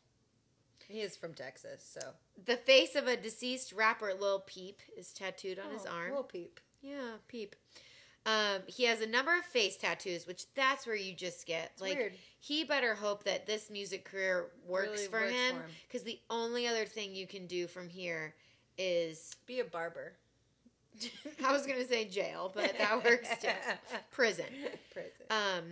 he is from Texas, so The face of a deceased rapper, Lil Peep, is tattooed on his Oh, arm. Little peep. Yeah, Peep. Um, he has a number of face tattoos, which that's where you just get It's like weird. he better hope that this music career works Really for works him for him. because the only other thing you can do from here is [LAUGHS] Be a barber. I was gonna say jail, [LAUGHS] but that works too. Prison. Prison. Um,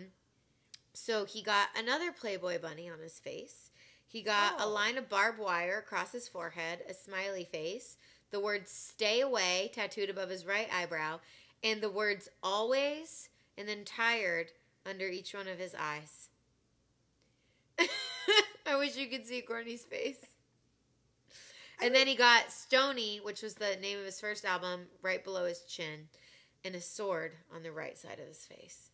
so he got another Playboy bunny on his face. He got a Oh. line of barbed wire across his forehead, a smiley face, the word "Stay away" tattooed above his right eyebrow, and the words "Always" and then "Tired" under each one of his eyes. [LAUGHS] I wish you could see Courtney's face. And then he got Stony, which was the name of his first album, right below his chin, and a sword on the right side of his face.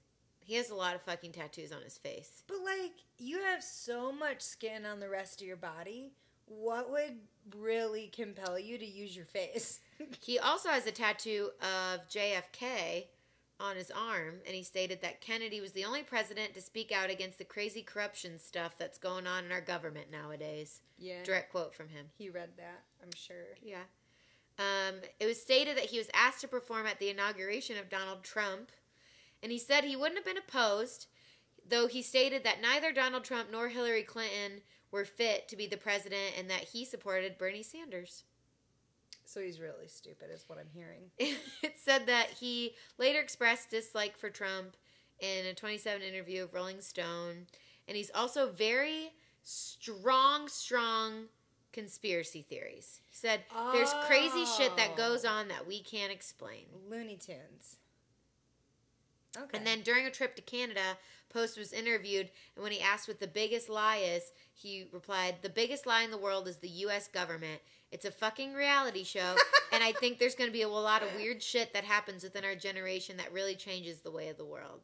He has a lot of fucking tattoos on his face. But like you have so much skin on the rest of your body, what would really compel you to use your face? [LAUGHS] He also has a tattoo of JFK on his arm, and he stated that Kennedy was the only president to speak out against the crazy corruption stuff that's going on in our government nowadays. Yeah. Direct quote from him. He read that, I'm sure. Yeah. Um, it was stated that he was asked to perform at the inauguration of Donald Trump, and he said he wouldn't have been opposed, though he stated that neither Donald Trump nor Hillary Clinton were fit to be the president and that he supported Bernie Sanders. So he's really stupid is what I'm hearing. [LAUGHS] it said that he later expressed dislike for Trump in a 27 interview of Rolling Stone, and he's also very strong, strong conspiracy theories. He said, "There's crazy shit that goes Oh. on that we can't explain." Looney Tunes. Okay. And then during a trip to Canada, Post was interviewed, and when he asked what the biggest lie is, he replied, The biggest lie in the world is the U.S. government. It's a fucking reality [LAUGHS] show, and I think there's going to be a lot of weird shit that happens within our generation that really changes the way of the world.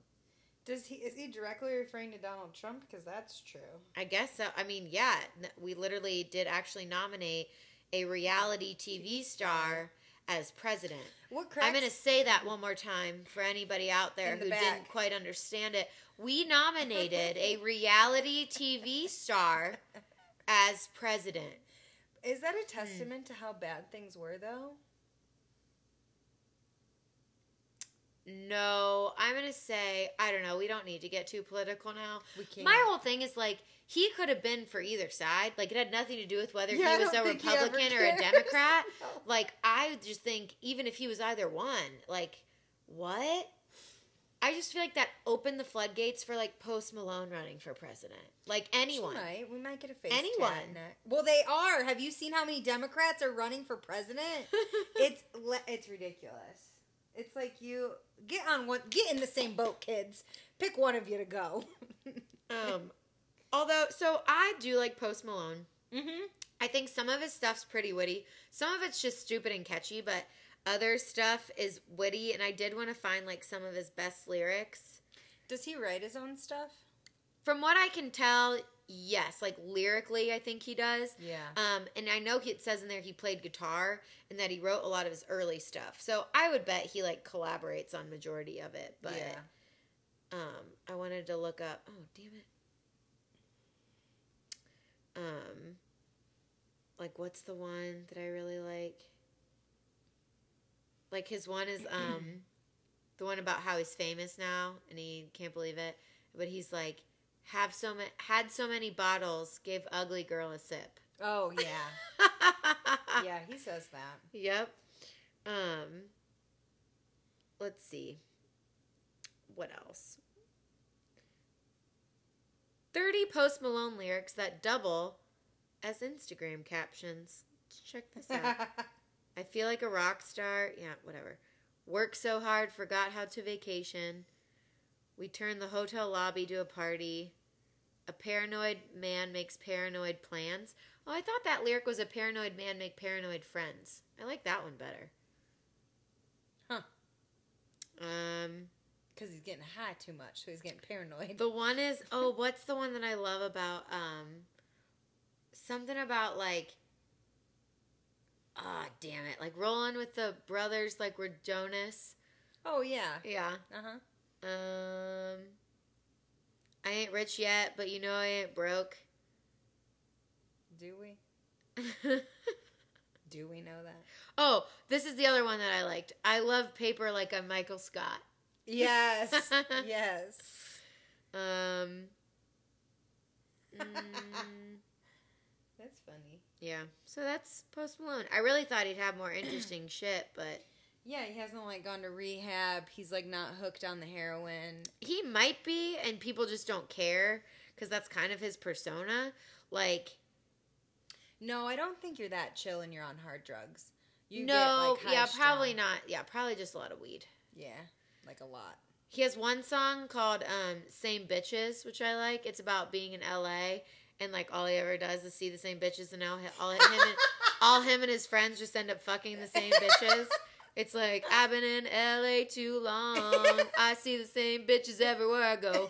does he is he directly referring to Donald Trump? Because that's true. I guess so. I mean, yeah, n- we literally did actually nominate a reality TV star as president. What cracks? I'm going to say that one more time for anybody out there In the who didn't back. quite understand it. We nominated [LAUGHS] a reality TV star as president. Is that Hmm. a testament to how bad things were, though? No, I'm going to say, I don't know, we don't need to get too political now. We can't. My whole thing is like, he could have been for either side. Like, it had nothing to do with whether Yeah, I he was don't a think he ever Republican or a cares. [LAUGHS] Democrat. Like, I just think, even if he was either one, like, what? I just feel like that opened the floodgates for like Post Malone running for president. Like anyone. She [LAUGHS] might. We might get a face. Anyone. tat next. Well, they are. Have you seen how many Democrats are running for [LAUGHS] president? it's le- it's ridiculous. It's like you get on one, get in the same boat, kids. Pick one of you to go. [LAUGHS] um, although, so I do like Post Malone. mm-hmm. I think some of his stuff's pretty witty. Some of it's just stupid and catchy, but other stuff is witty. And I did want to find like some of his best lyrics. Does he write his own stuff? From what I can tell, yes, like lyrically, I think he does. Yeah. Um, and I know it says in there he played guitar and that he wrote a lot of his early stuff. So I would bet he like collaborates on majority of it. But yeah. um, I wanted to look up. Oh, damn it. Um, like what's the one that I really like? Like his one is um, the one about how he's famous now and he can't believe it, but he's like have so ma- had so many bottles, gave ugly girl a sip. Oh [LAUGHS] yeah. yeah. He says that. Yep. Um let's see. What else? 30 Post Malone lyrics that double as Instagram captions. check [LAUGHS] this out. I feel like a rock star. Yeah, whatever. Worked so hard, forgot how to vacation. We turned the hotel lobby to a party. A paranoid man makes paranoid plans. Oh, I thought that lyric was a paranoid man make paranoid friends. I like that one better. Huh. Um, Because he's getting high too much, so he's getting paranoid. [LAUGHS] the one is oh, what's the one that I love about um, something about like, ah, damn it, like rolling with the brothers like we're Jonas. Oh yeah. Yeah. Uh huh. Um, I ain't rich yet, but you know I ain't broke. [LAUGHS] Do we? Do we know that? oh, this is the other one that I liked. I love paper like I'm Michael Scott. Yes. [LAUGHS] yes. Um, mm, That's funny. yeah. So that's Post Malone. I really thought he'd have more interesting shit, but Yeah, he hasn't like gone to rehab. He's like not hooked on the heroin. he might be, and people just don't care because that's kind of his persona. Like, No, I don't think you're that chill and you're on hard drugs. You no, get, like, yeah, probably not. Yeah, probably just a lot of weed. Yeah, like a lot. He has one song called um, "Same Bitches," which I like. It's about being in LA, and like all he ever does is see the same bitches, and all, hi- all him [LAUGHS] [LAUGHS] and all him and his friends just end up fucking the [LAUGHS] same bitches. It's like I've been in LA too long. I see the same bitches everywhere [LAUGHS] I go.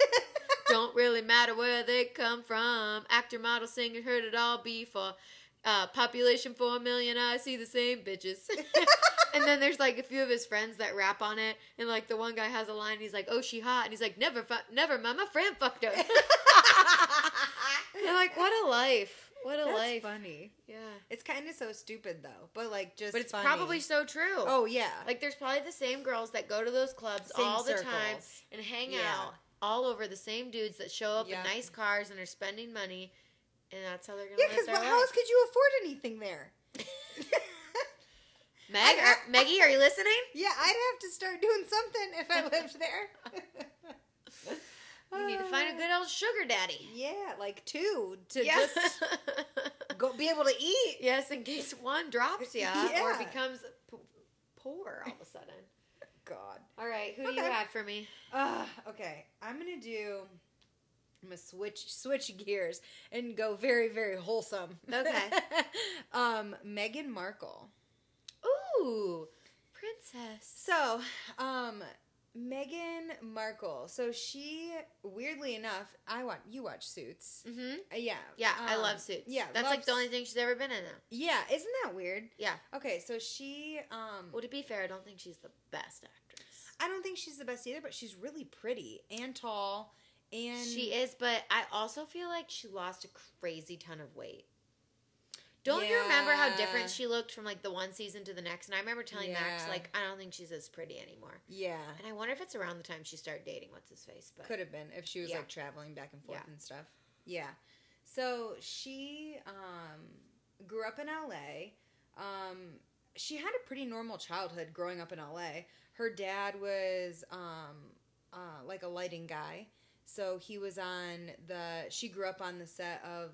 Don't really matter where they come from. Actor, model, singer, heard it all before. Uh, population four million. I see the same bitches. [LAUGHS] and then there's like a few of his friends that rap on it, and like the one guy has a line. He's like, "Oh, she hot," and he's like, "Never, fu- never, mind, my friend [LAUGHS] fucked her." They're like, "What a life! What a That's life!" funny. Yeah, It's kind of so stupid though, but like just. but it's funny. probably so true. Oh yeah. Like there's probably the same girls that go to those clubs Same all the time circles. and hang Yeah. out all over the same dudes that show up Yeah. in nice cars and are spending money, and that's how they're gonna yeah, live because their how life. else could you afford anything [LAUGHS] there? Meg, I- are- Meggie, are you listening? yeah, I'd have to start doing something if I lived there. You need to find Uh. a good old sugar daddy. [LAUGHS] Yeah, like two to Yeah. just [LAUGHS] [LAUGHS] go be able to eat. yes, in case one drops you or Yeah. becomes p- poor all of a sudden. oh, God. All right, who do you Okay. have for me? Uh, okay, I'm gonna do. I'm gonna switch switch gears and go very very wholesome. Okay. [LAUGHS] um, Meghan Markle. Ooh, princess. So, um, Meghan Markle. So she, weirdly enough, I want you watch Suits. Mm-hmm. Uh, yeah, Yeah, I um, love suits. Yeah, that's like loves- the only thing she's ever been in. Though. Yeah, isn't that weird? Yeah. Okay, so she. Um, Well, to be fair, I don't think she's the best actress. I don't think she's the best either, but she's really pretty and tall. And she is, but I also feel like she lost a crazy ton of weight. Don't you remember how different Yeah. she looked from like the one season to the next? And I remember telling Max Yeah. like I don't think she's as pretty anymore. Yeah. And I wonder if it's around the time she started dating what's his face, but Could have been if she was Yeah. like traveling back and forth Yeah. and stuff. Yeah. So she um, grew up in LA. Um, she had a pretty normal childhood growing up in LA. Her dad was um, uh, like a lighting guy. So he was on the. She grew up on the set of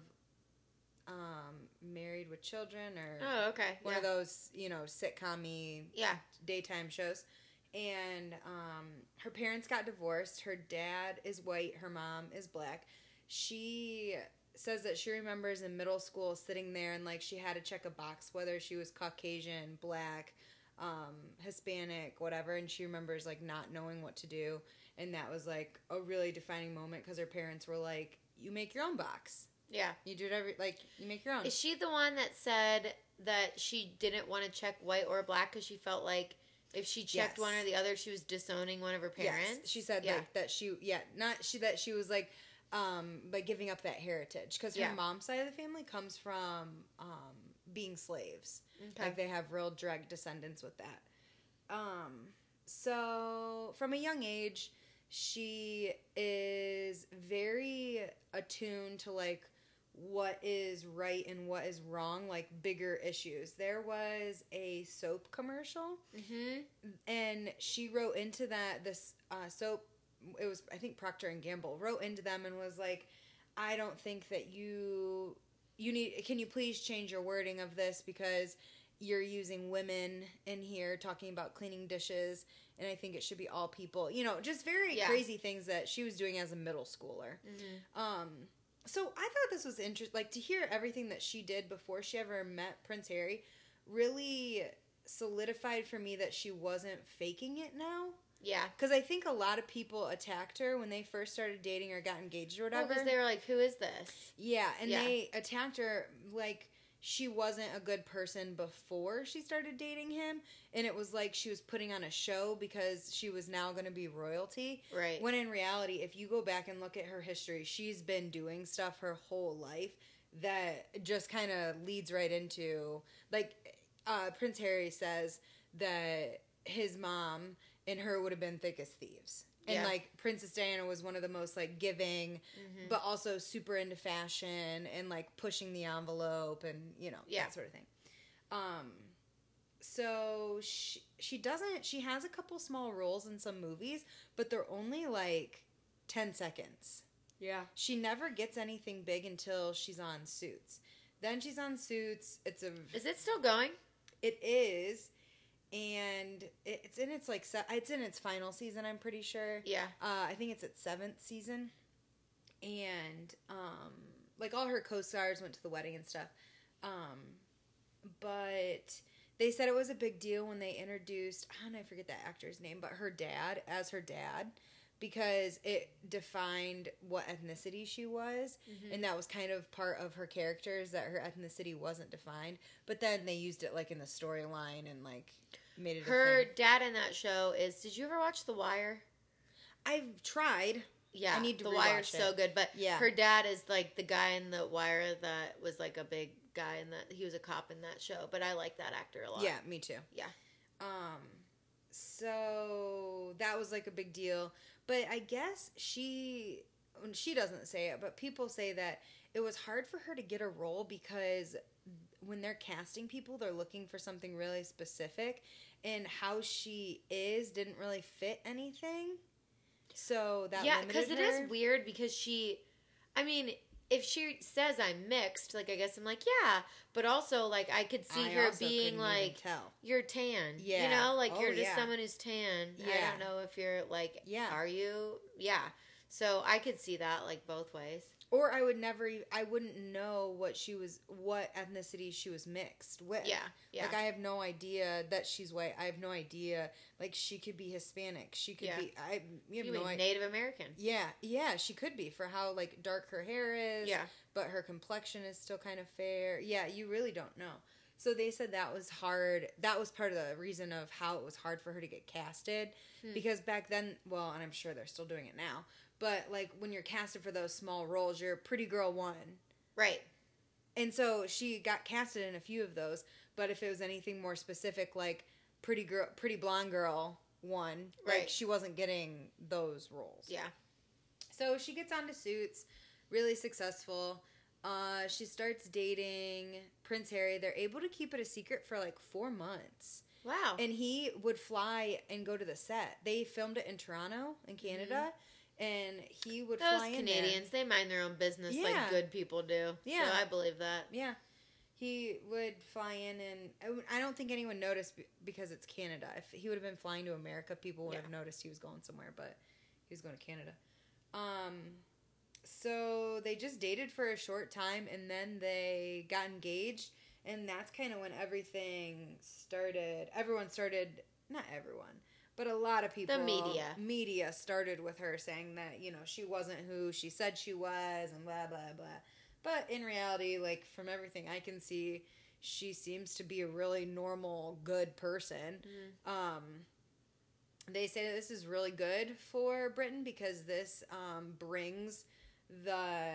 um, Married with Children or Oh, okay. one yeah. of those, you know, sitcom yeah. daytime shows. And um, her parents got divorced. Her dad is white, her mom is black. She says that she remembers in middle school sitting there and like she had to check a box whether she was Caucasian, black, um, Hispanic, whatever. And she remembers like not knowing what to do. And that was like a really defining moment because her parents were like, You make your own box. Yeah. You do whatever, like, you make your own. Is she the one that said that she didn't want to check white or black cuz she felt like if she checked Yes. one or the other she was disowning one of her parents? Yes, she said Yeah. like that she yeah, not she that she was like um like giving up that heritage cuz her Yeah. mom's side of the family comes from um being slaves. Okay. Like they have real direct descendants with that. Um so from a young age she is very attuned to like what is right and what is wrong like bigger issues. There was a soap commercial mhm. and she wrote into that this uh, soap it was i think procter and gamble wrote into them and was like i don't think that you you you need can you please change your wording of this because you're using women in here talking about cleaning dishes and I think it should be all people. You know, just very Yeah. crazy things that she was doing as a middle schooler. Mm-hmm. Um, so I thought this was interesting. Like to hear everything that she did before she ever met Prince Harry really solidified for me that she wasn't faking it now. Yeah. Because I think a lot of people attacked her when they first started dating or got engaged or whatever. because they were like, "Who is this?" yeah, and Yeah. they attacked her like she wasn't a good person before she started dating him, and it was like she was putting on a show because she was now going to be royalty. Right. When in reality, if you go back and look at her history, she's been doing stuff her whole life that just kind of leads right into like uh, Prince Harry says that his mom and her would have been thick as thieves. And Yeah. like Princess Diana was one of the most like giving, Mhm. but also super into fashion and like pushing the envelope and you know Yeah. that sort of thing. Um, so she she doesn't she has a couple small roles in some movies, but they're only like ten seconds. Yeah. She never gets anything big until she's on Suits. Then she's on Suits. It's a is it still going? it is, and it, it's in its like se- it's in its final season. I'm pretty sure. Yeah. Uh, I think it's its seventh season, and um, like all her co-stars went to the wedding and stuff. Um, but they said it was a big deal when they introduced I don't know, I forget that actor's name, but her dad as her dad because it defined what ethnicity she was Mm-hmm. and that was kind of part of her characters that her ethnicity wasn't defined but then they used it like in the storyline and like made it a Her thing. dad in that show is. Did you ever watch The Wire? i've tried Yeah, I need to The Wire's rewatch so it. good, but Yeah. her dad is like the guy in The Wire that was like a big guy in that he was a cop in that show. But I like that actor a lot. Yeah, me too. Yeah. Um so that was like a big deal, but I guess she when she doesn't say it, but people say that it was hard for her to get a role because when they're casting people, they're looking for something really specific and how she is didn't really fit anything. So that yeah, limited it her. is weird because she, I mean, if she says I'm mixed, like I guess I'm like yeah, but also like I could see I her also couldn't being even like tell. you're tan, you Yeah. know, like Oh, you're just yeah. someone who's tan. I Yeah. don't know if you're like, Yeah. are you? Yeah, so I could see that like both ways. or I would never e- I wouldn't know what she was what ethnicity she was mixed with. Yeah, yeah, Like I have no idea that she's white. I have no idea. Like she could be Hispanic. She could Yeah. be. I you you have mean no idea. Native American? yeah, yeah, she could be for how like dark her hair is. Yeah, but her complexion is still kind of fair. Yeah, you really don't know. So they said that was hard. That was part of the reason of how it was hard for her to get casted Hmm. because back then, well, and I'm sure they're still doing it now. But like when you're casted for those small roles, you're pretty girl one. right. And so she got casted in a few of those, but if it was anything more specific, like pretty girl, pretty blonde girl one, like Right. she wasn't getting those roles. Yeah. So she gets onto Suits, really successful. Uh, she starts dating Prince Harry. They're able to keep it a secret for like four months, Wow. and he would fly and go to the set. They filmed it in Toronto, in Canada, and he would Mm-hmm. Those fly in there. Canadians, they mind their own business like Yeah. good people do. Yeah. So I believe that. Yeah. He would fly in, and I would- I don't think anyone noticed be- because it's Canada. If he would have been flying to America, people would Yeah. have noticed he was going somewhere, but he was going to Canada. Um, so they just dated for a short time, and then they got engaged, and that's kind of when everything started. Everyone started, not everyone, but a lot of people, media. media started with her saying that you know she wasn't who she said she was, and blah blah blah. But in reality, like from everything I can see, she seems to be a really normal, good person. Um, they say that this is really good for Britain because this um, brings the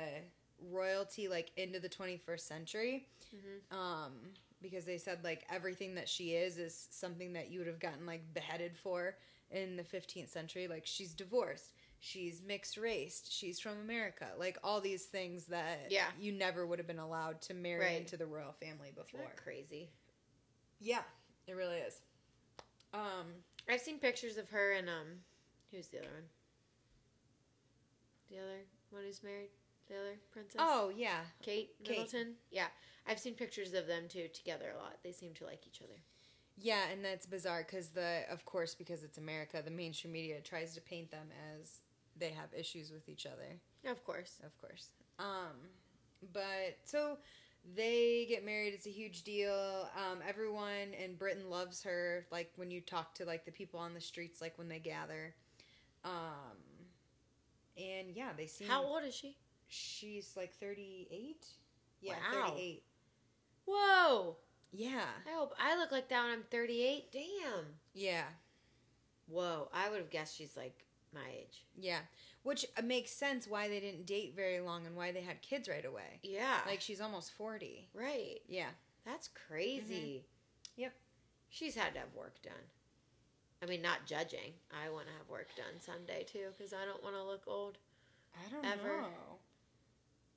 royalty like into the 21st century. Mm-hmm. Um, because they said like everything that she is is something that you would have gotten like beheaded for in the 15th century. Like she's divorced, she's mixed race, she's from America, like all these things that Yeah. you never would have been allowed to marry Right. into the royal family Isn't before. that crazy? Yeah, it really is. Um, I've seen pictures of her and um, who's the other one? The other one who's married? The other princess. Oh yeah. Kate Kate. Middleton. Yeah, I've seen pictures of them two together a lot. They seem to like each other. Yeah, and that's bizarre because the, of course, because it's America, the mainstream media tries to paint them as they have issues with each other, Of course. of course. Um, but so they get married; it's a huge deal. Um, everyone in Britain loves her. Like when you talk to like the people on the streets, like when they gather. Um, and yeah, they seem. How old is she? She's like thirty-eight. Yeah, Wow. thirty-eight. Whoa! Yeah, I hope I look like that when I'm 38. Damn. yeah. Whoa! I would have guessed she's like my age. Yeah, which uh, makes sense why they didn't date very long and why they had kids right away. Yeah. Like she's almost forty. right. Yeah, That's crazy. Mm-hmm. Yep. She's had to have work done. I mean, not judging. I want to have work done someday too because I don't want to look old. I don't Ever. know.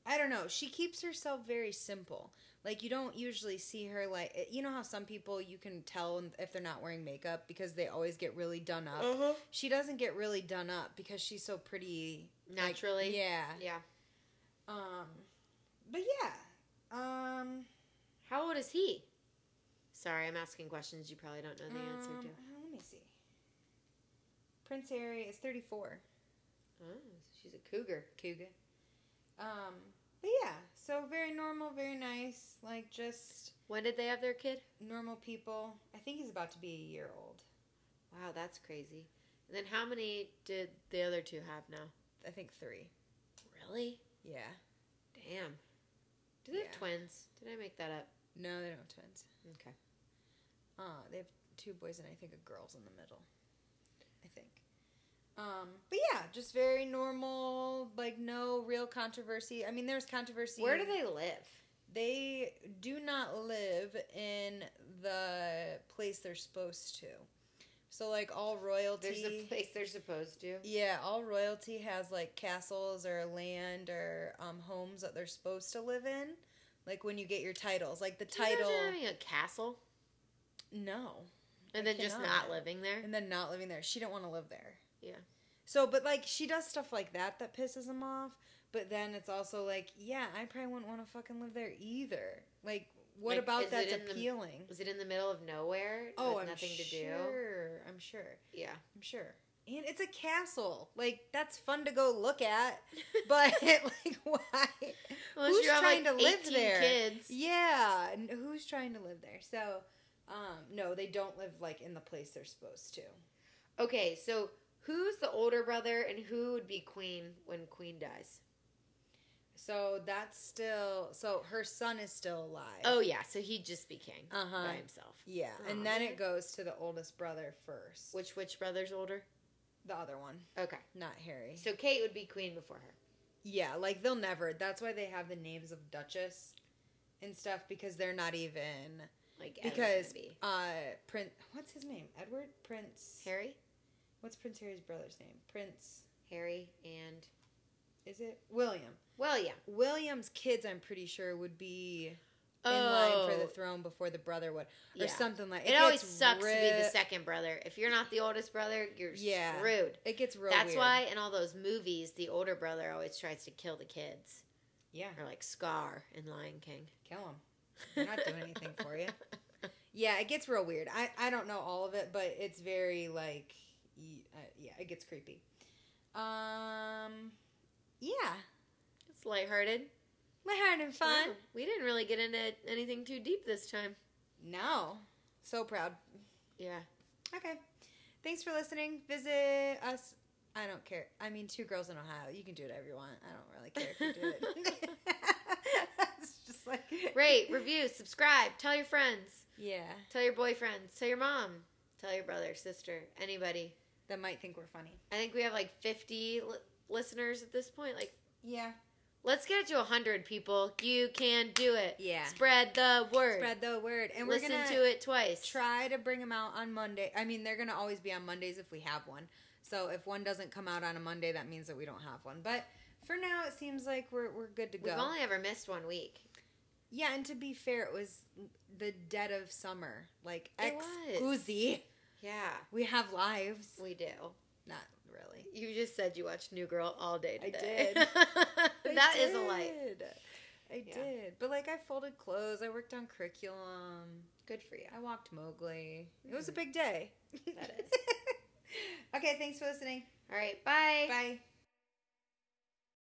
I don't know. She keeps herself very simple. Like you don't usually see her like eh, you know how some people you can tell if they're not wearing makeup because they always get really done up. Uh-huh. She doesn't get really done up because she's so pretty. like- Naturally. yeah. Yeah. Um. But yeah. Um. How old is he? Sorry, I'm asking questions you probably don't know the answer um, to. uh, Let me see. Prince Harry is thirty-four. Oh, she's a cougar. Cougar. Um, but yeah, so very normal, very nice, like just When did they have their kid? normal people. I think he's about to be a year old. Wow, that's crazy. And then how many did the other two have now? I think three. Really? Yeah. Damn. Do they Yeah. have twins? Did I make that up? No, they don't have twins. Okay. Uh, they have two boys and I think a girl's in the middle. I think. Um, but yeah, just very normal, like no real controversy. I mean, there's controversy. Where do they live? They do not live in the place they're supposed to. So like all royalty. There's a place they're supposed to. Yeah, all royalty has like castles or land or um, homes that they're supposed to live in. Like when you get your titles, like the Can you imagine title, having a castle no, and I then just cannot. not living there. and then not living there. She didn't want to live there. Yeah. So, but like she does stuff like that that pisses him off. But then it's also like, yeah, I probably wouldn't want to fucking live there either. Like, what Like, about is that's it in the- appealing? Was it in the middle of nowhere? oh, with I'm nothing to do. sure. I'm sure. Yeah. I'm sure. And it's a castle. Like that's fun to go look at, but [LAUGHS] like why? Unless Who's you have, trying like, to live 18 there? Kids. Yeah, n- who's trying to live there? So, um, no, they don't live like in the place they're supposed to. Okay, so who's the older brother and who would be queen when queen dies? So that's still so her son is still alive. Oh yeah, so he'd just be king Uh-huh. by himself. yeah, Aw, and then man. it goes to the oldest brother first, Which which brother's older? the other one, Okay, not Harry. so Kate would be queen before her. Yeah, like they'll never. That's why they have the names of Duchess and stuff because they're not even Like Edward because would be. uh Prince. What's his name? Edward Prince. Harry, What's Prince Harry's brother's name? Prince. Harry, and Is it William? well, yeah. William's kids, I'm pretty sure, would be in line for the throne before the brother would, or Oh. Yeah. something like. it always gets sucks to be the real- second brother. If you're not the oldest brother, you're Yeah. screwed. It gets real. That's weird. why in all those movies, the older brother always tries to kill the kids, Yeah, or like Scar in Lion King. kill him. They're not doing anything [LAUGHS] for you. Yeah, it gets real weird. I I don't know all of it, but it's very like, y- uh, yeah, it gets creepy. Um, yeah, It's lighthearted. my heart and fun. Wow, We didn't really get into anything too deep this time. No, so proud. Yeah. Okay. Thanks for listening. Visit us. I don't care. I mean, two girls in Ohio. You can do whatever you want. I don't really care if you do it. [LAUGHS] [LAUGHS] it's just like Rate, review, subscribe, tell your friends, Yeah, tell your boyfriends, tell your mom, tell your brother, sister, anybody. that might think we're funny. I think we have like 50 li- listeners at this point. Like, Yeah, let's get it to 100 people. You can do it. Yeah. Spread the word. spread the word, and Listen we're gonna to it twice. try to bring them out on Monday. I mean, they're gonna always be on Mondays if we have one. So if one doesn't come out on a Monday, that means that we don't have one. But for now, it seems like we're we're good to We've go. only ever missed one week. yeah, and to be fair, it was the dead of summer. Like It was. excuse Yeah, We have lives. we do. Not really. You just said you watched New Girl all day I today. did. [LAUGHS] That did. is is a life. did. I Yeah. did. But like I folded clothes, I worked on curriculum, Good for you. I walked Mowgli. It was a big day. That is. [LAUGHS] okay, thanks for listening. All right. Bye. Bye.